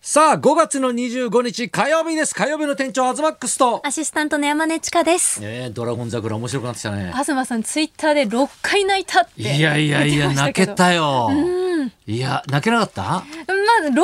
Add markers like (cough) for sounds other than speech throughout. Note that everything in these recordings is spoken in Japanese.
さあ、5月の25日火曜日です。火曜日の店長、アズマックスと。アシスタントの山根千佳です。えー、ドラゴン桜面白くなってきたね。東さんツイッターで6回泣いたっていやいやいや、言ってまし泣けけどたよ。いや、泣けなかったまあ6回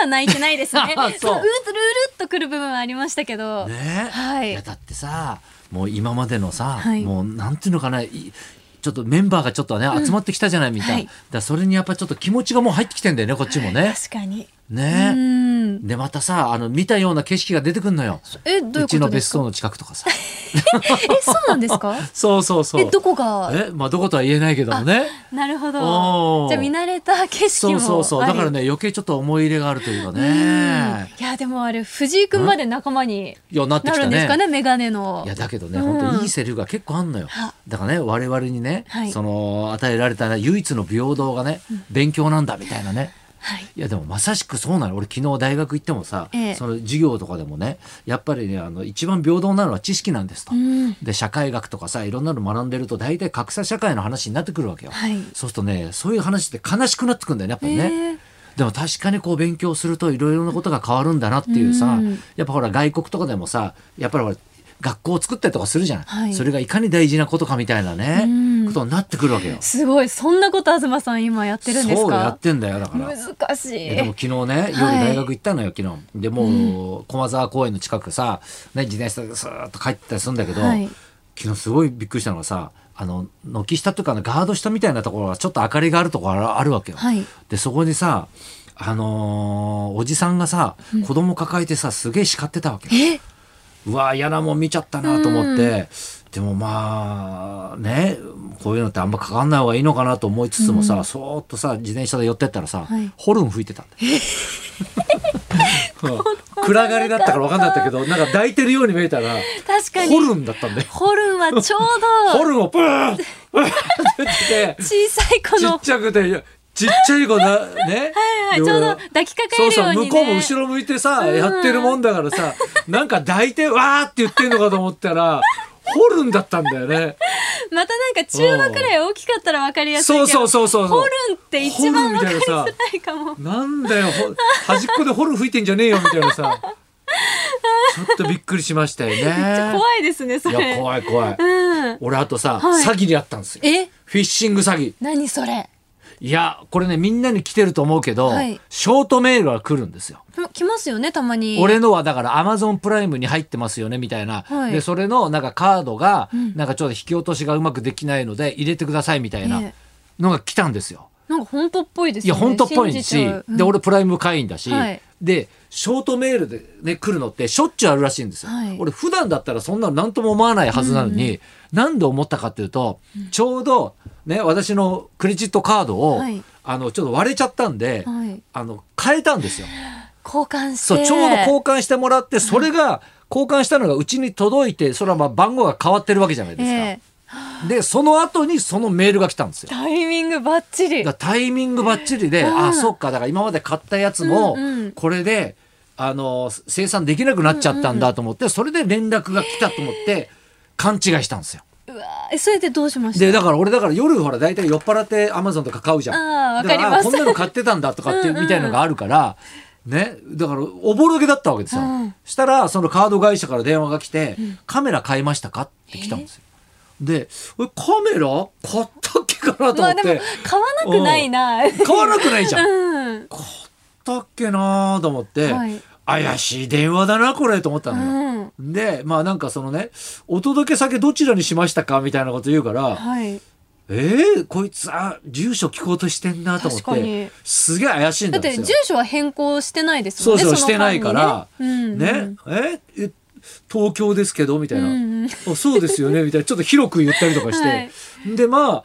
は泣いてないですね (laughs) あそうそのうるうるうるっとくる部分はありましたけど、ねはいや、だってさ、もう今までのさ、はいもうなんていうのかな、いちょっとメンバーがちょっとね、集まってきたじゃないみたいな。はいだからそれにやっぱちょっと気持ちがもう入ってきてんだよね、こっちもね。確かにうねんで、またさ、あの、見たような景色が出てくんのよ。えどういうちことので別すか荘の近くとかさ。えそうなんですかそう (laughs) そうそう。えどこがえ、まあ、どことは言えないけどもね。なるほおーどじゃあ見慣れた景色そうもそうそう。あだりからね、余計ちょっと思い入れがあるというかうんね。いやでもあれ藤井君まで仲間にいや、なってなきるたんですねか。ねメガネのいやだけどね、うん本当にいいセリフが結構あんのよは。だからね、我々にね、はいその与えられた唯一の平等がね、勉強なんだみたいなね。はいいやでもまさしくそうなの。俺昨日大学行ってもさ、ええその授業とかでもね、やっぱりね、あの一番平等なのは知識なんですと。うんで社会学とかさいろんなの学んでると大体格差社会の話になってくるわけよ、はいそうするとねそういう話って悲しくなってくるんだよねやっぱりね、えーでも確かにこう勉強するといろいろなことが変わるんだなっていうさ、うんやっぱほら外国とかでもさやっぱりほら学校を作ったりとかするじゃない、はいそれがいかに大事なことかみたいなね、うんことになってくるわけよ。すごいそんなこと東さん今やってるんですそかうやってんだよだから。難しいえでも昨日ね夜大学行ったのよ、昨日でもう、駒沢公園の近くさ、ね、自転車でスーッと帰ってたりするんだけど、はい昨日すごいびっくりしたのがさあの軒下とかのガード下みたいなところがちょっと明かりがあるところがあるわけよ。はいでそこにさあのーおじさんがさ子供抱えてさすげえ叱ってたわけよ、えうわ嫌なもん見ちゃったなと思って、でもまあねこういうのってあんまかかんない方がいいのかなと思いつつもさ、そーっとさ自転車で寄ってったらさ、はいホルン吹いてたんだようん暗がりだったから分かんなかったけどなんか抱いてるように見えたら確かにホルンだったんだよホルンはちょうホどルンをプーンプーンって言ってて小さい子ちっのちゃくていやちっちゃい子なねはいでちょうど俺抱きかかそえうるよそううにね向こうも後ろ向いてさうんやってるもんだから (laughs) さなんか抱いてわーって言ってんのかと思ったらホルンだったんだよねまたなんか中話くらい大きかったら分かりやすいけそどうそうそうそうホそルンって一番分かりづらいかもうなんだよほ端っこでホルン吹いてんじゃねえよみたいなさちょっとびっくりしま (laughs) したよね怖いですねそれいや怖い怖いうん俺あとさ、はい詐欺にあったんですよえフィッシング詐欺何それいやこれねみんなに来てると思うけど、はいショートメールが来るんですよ来ますよねたまに俺のはだからアマゾンプライムに入ってますよねみたいな、はいでそれのなんかカードがなんかちょっと引き落としがうまくできないので入れてくださいみたいなええのが来たんですよ。なんか本当っぽいですいやよね本当っぽいし、信じちゃううんで俺プライム会員だし、はいでショートメールで、ね、来るのってしょっちゅうあるらしいんですよ。はい俺普段だったらそんなの何とも思わないはずなのに、なんで思ったかっていうと、ちょうど、ね、私のクレジットカードを、はいあのちょっと割れちゃったんで、はいあの変えたんですよ。交換してそう、ちょうど交換してもらって、それが、交換したのがうちに届いて、それはまあ番号が変わってるわけじゃないですか。ええで、その後にそのメールが来たんですよ。タイミングバッチリだからタイミングばっちりで、あ、そっか、だから今まで買ったやつもうんうん、これで、あの、生産できなくなっちゃったんだと思って、それで連絡が来たと思って、勘違いしたんですよ。うわーえそれでどうしましたで、だから俺だから夜ほら大体酔っ払ってアマゾンとか買うじゃん。あーだらわかりまこすんなの買ってたんだとかっていうみたいのがあるから、ね、だからおぼろげだったわけですよ。うんしたらそのカード会社から電話が来て、カメラ買いましたかって来たんですよ。で、俺カメラ買ったっけかなとま思っあでて、も買わなくないな買わなくないじゃん。うん買ったっけなと思って、はい怪しい電話だなこれと思ったのよ。うんでまあなんかそのねお届け先どちらにしましたかみたいなこと言うから、はいえー、こいつあ住所聞こうとしてんなと思確っかてにすげえ怪しいんだだっんでてすよ住所は変更してないですそもうんね。そうしのてないから間にねうんねええ東京ですけどみたいな、うんうんあそうですよねみたいなちょっと広く言ったりとかして、 (laughs) はいでまあ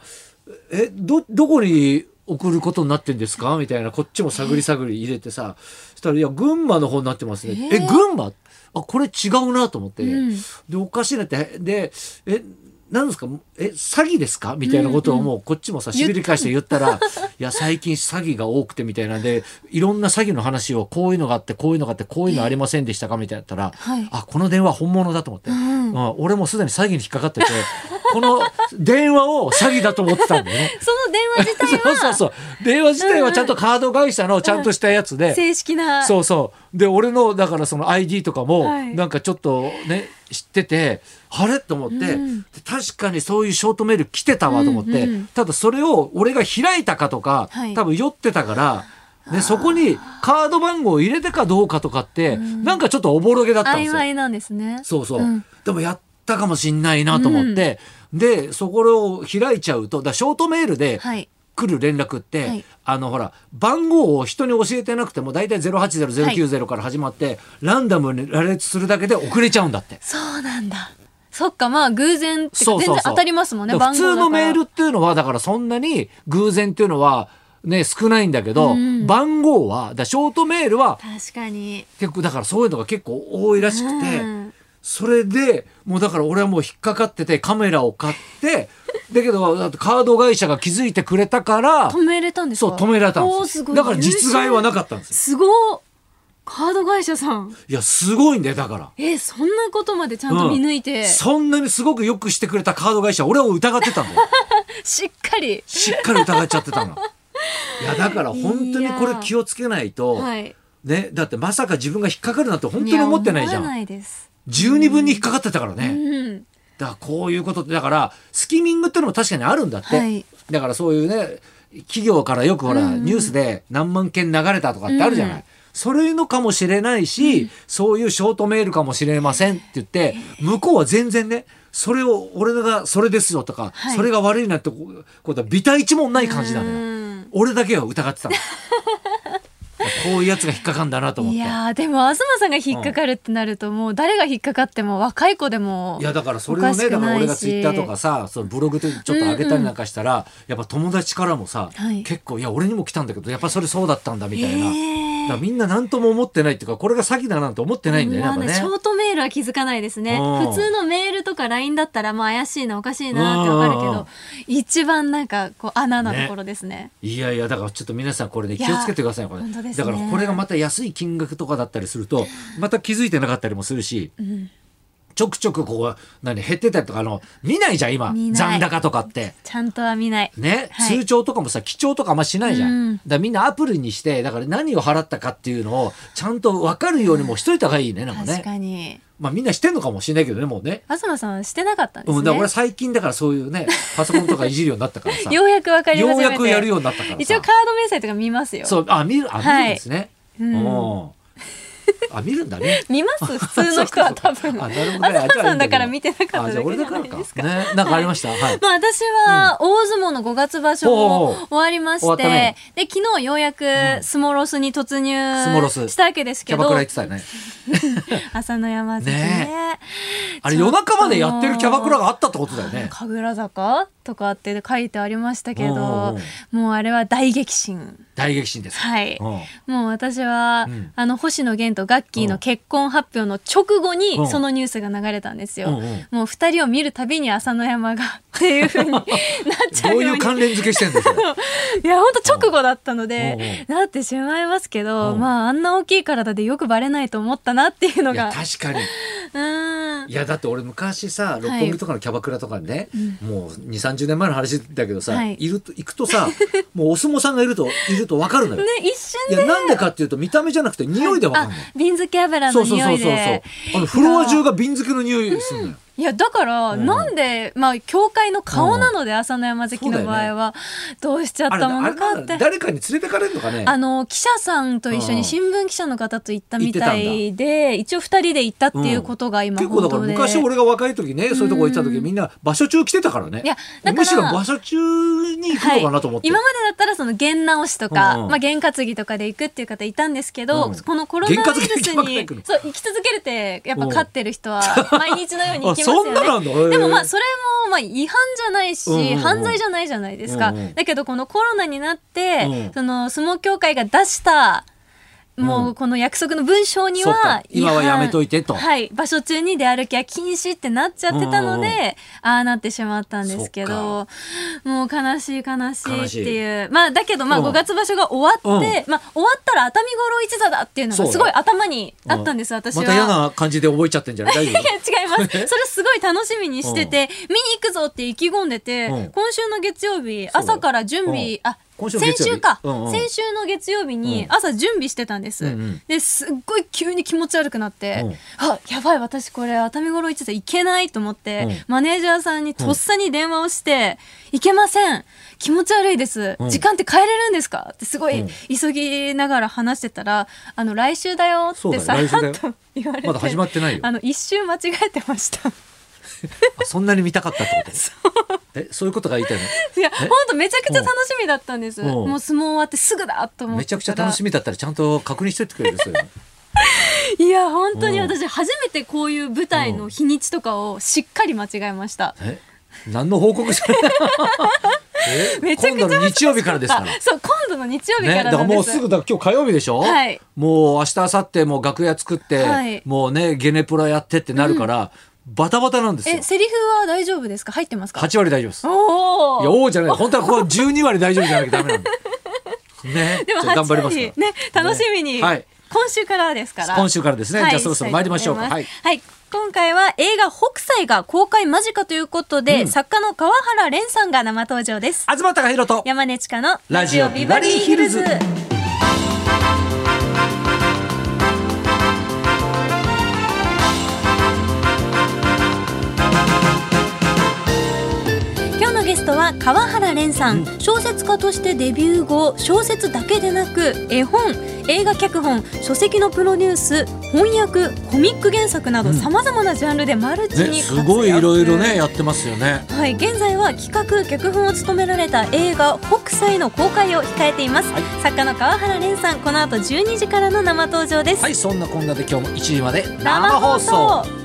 えどどこに送ることになってんですかみたいなこっちも探り探り入れてさそしたら「いや群馬の方になってますね」ええー群馬あこれ違うな」と思って、うんでおかしいなってでえなんですかえ詐欺ですかみたいなことをもうこっちもさしびり返して言ったら「いや最近詐欺が多くて」みたいなんでいろんな詐欺の話をこういうのがあってこういうのがあってこういうのありませんでしたかみたいなやったら「はいあこの電話本物だ」と思って、うんうん俺もうすでに詐欺に引っかかってて (laughs) この電話を詐欺だと思ってたんだよね。その電話自 (laughs) 体そうそうはそう電話自体はちゃんとカード会社のちゃんとしたやつで、正式な。そうそうで俺のだからその ID とかもはいなんかちょっとね知っててあれと思って、うんで確かにそういうショートメール来てたわと思って、うんうんただそれを俺が開いたかとか、はい多分酔ってたから。ね、そこにカード番号を入れてかどうかとかって、んなんかちょっとおぼろげだったんです曖よ。昧なんですね。そうそう、うんでもやったかもしんないなと思って、でそこを開いちゃうとだからショートメールではい。来る連絡って、はいあのほら番号を人に教えてなくても大体080090から始まって、ランダムに羅列するだけで遅れちゃうんだって。そうなんだ。そっか、まあ偶然ってそかう全そうそう然当たりますもんね、だから番普号だ通からのメールっていうのはだからそんなに偶然っていうのはね少ないんだけど、うん番号はだからショートメールは確かに。結構だからそういうのが結構多いらしくて。うんそれでもうだから俺はもう引っかかっててカメラを買って (laughs) だけどだってカード会社が気づいてくれたから止めれたんですそかう止められたんおーですすよごいだから実害はなかっったんですたよすごっカード会社さんいやすごいんだよだかえそんなことまでちゃんら、とうん見抜いて、しそんなにすごくよくしてくれたカード会社俺を疑ってた (laughs) んだよっかりしっかり疑っちゃってたのいやだから本当にこれ気をつけないとはいねだってまさか自分が引っかかるなんて本当に思ってないじゃや思わんないです十二分に引っかかってたからね、うんだからこういうことってだからスキミングってのも確かにあるんだって、はいだからそういうね企業からよくほら、うんうんニュースで何万件流れたとかってあるじゃない、うんそれのかもしれないし、そういうショートメールかもしれませんって言って向こうは全然ねそれを俺がそれですよとか、はいそれが悪いなってことはビタ一文ない感じなのよ、うん俺だけは疑 (laughs) ってたのこういうやつが引っかかんだなと思っいていややーでも東さんが引っかかるってなると、もう誰が引っかかっても若い子でもだからそれをおかしねくだからないし俺がツイッターとかさそのブログでちょっと上げたりなんかしたら、やっぱ友達からもさ、はい結構いや俺にも来たんだけどやっぱそれそうだったんだみえたいな。だーからみんな何とも思ってないっていうかこれが詐欺だなんて思ってないんだよねなまあんかねねショートメールは気づかないですねうん普通のメールとか LINE だったらまあ怪しいなおかしいなってわかるけうんうんうんど一番なんかこう穴なところですねいやいやだからちょっと皆さんこれね気をつけてくださいよこれ本当ですだねからこれがまた安い金額とかだったりするとまた気づいてなかったりもするし、ちょくちょくこう何減ってたりとかあの見ないじゃん今見な残い高とかって。ちゃんとは見ないね、はい通帳とかもさ記帳とかあんましないじゃん、うんだからみんなアプリにしてだから何を払ったかっていうのをちゃんと分かるようにもしといた方がいいねなんか確ねかにまあみんなしてんのかもしれないけどねもうね東さんはしてなかったんですね、うんだから俺最近だからそういうねパソコンとかいじるようになったからさようやく分かり始めようてやくやるようになったからさ一応カード明細とか見ますよそうあ見るあ見るんですね、うんおーあ見るんだね見ます (laughs) 普通 (laughs) の人は多分あなる東ほどねあじゃあいいさんんだだけかどら見てなかっあただじゃあけ俺じだゃかならいかですかねなんかありましたはいまあ私は大相撲の5月場所おうもおう終わりま終わしったて、ねで昨日ようやくスモロスに突入スモロスしたわけですキけャバどクラ行ってたよね朝の山崎ねねあれちょっ夜と中までやってるキャバクラがあったってことだよね神楽坂とかって書いてありましたけどおうおうおうもうあれは大激震大激震ですはい、うんもう私は、うんあの星野源とガッキーの結婚発表の直後に、うんそのニュースが流れたんですよ、うんうんもう二人を見るたびに朝乃山がっていう風になっちゃどうういよううに関連付けしてるん (laughs) ですかいや本当直後だったので、うなってしまいますけど、うんまああんな大きい体でよくバレないと思ったなっていうのいやが確かにうーんいやだって俺昔さ六本木とかのキャバクラとかにね、もう2 3 0年前の話だけどさ、、はいいると行くと (laughs) さもうお相撲さんがいるといると分かるのよ、ね一瞬いやなんでかっていうと見た目じゃなくて匂いで分かるあのよ、瓶漬け油そのうそう匂そういそうそうであのフロア中が瓶漬けの匂いするのよ、いやだから、うんなんでまあ教会の顔なので朝乃山関そうだよのね場合は、どうしちゃっあれたもあのれかなっんてだ誰かに連れてかれるのかねあの記者さんと一緒うんに新聞記者の方と行ったみたいで一応二人で行ったっていうことが今結構だ報から道で、昔俺が若い時ねそういうとこ行った時うんみんな場所中来てたからねいやだからむしろ場所中に行くのかなと思って、今までだったらその弦直しとか、うんうんまあ、弦担ぎとかで行くっていう方いたんですけど、うんこのコロナウイルス験担ぎで行にくのそう行き続けるってやっぱ勝ってる (laughs) 人は毎日のように行きまあすそんななよんね。だへえでもまあそれもまあ違反じゃないし、うんうんうん犯罪じゃないじゃないですか、うんうんだけどこのコロナになって、うんその相撲協会が出したもうこの約束の文章にそうはか違今反はやめといてとはい、場所中に出歩きは禁止ってなっちゃってたので、うんうんああなってしまったんですけそどもう悲しい悲しい悲っしいていうまあだけどまあうん5月場所が終わって、まあ、終わったら熱海五郎一座だっていうのそうだがすごい頭にあったんです、私は。また嫌な感じで覚えちゃってんじゃない大丈夫 (laughs) いや違いいます。それすごい楽しみにしてて、見に行くぞって意気込んでて、うん今週の月曜日、そう朝から準備、うんあ、今週の先月曜日週か、うんうん先週の月曜日にうん朝準備してたんです。うんうんですっごい急に気持ち悪くなって、うんあ、やばい、私これ熱海五郎一座行けないと思って、うんマネージャーさんにとっさに電話をして、行けません。気持ち悪いです。うん時間って変えれるんですかってすごういん急ぎながら話してたら、あの、来週だよっそうだてよさ来らっ週だよと言われて。まだ始まってないよあの一周間違えて (laughs) ました。あそんなに見たかったってことえそういうことが言いたいのいや、本当めちゃくちゃ楽しみだったんです。うんもう相撲終わってすぐだと思ってめちゃくちゃ楽しみ。みだったらちゃんと確認しといてくれる (laughs) そういうのいや、本当にうん私初めてこういう舞台の日にちとかをしっかり間違えました。え何の報告じゃえ (laughs) めちゃ今くちゃ度の日曜日からですからあそう、今度の日曜日ね、かだかららなんもでうす。すぐだ今日火曜日でしょ、はいもう明日明後日もう楽屋作って、はいもうねゲネプロやってってなるから、バタバタなんですよえ、セリフは大丈夫ですか入ってますか8割大丈夫ですおいやお。王じゃない本当はここは12割大丈夫じゃなきゃダメなんだね (laughs) でもちょっと頑張り8ます割かね、楽しみに。ねはい今週からですからら。今週からですね、はいじゃあそろそろ参りましょうかしたはいいと思いますはい今回は映画北斎が公開間近ということで、作家の川原蓮さんが生登場です東貴博と山根千佳のラジオビバリーヒルズ今日のゲストは川原蓮さん、小説家としてデビュー後小説だけでなく絵本映画脚本書籍のプロデュース翻訳コミック原作などさまざまなジャンルでマルチねに活す躍、ごいいろいろねやってますよねはい、現在は企画・脚本を務められた映画「北斎」の公開を控えています、はい作家の川原蓮さんこの後12時からの生登場です、はいそんなこんなで今日も1時まで生放送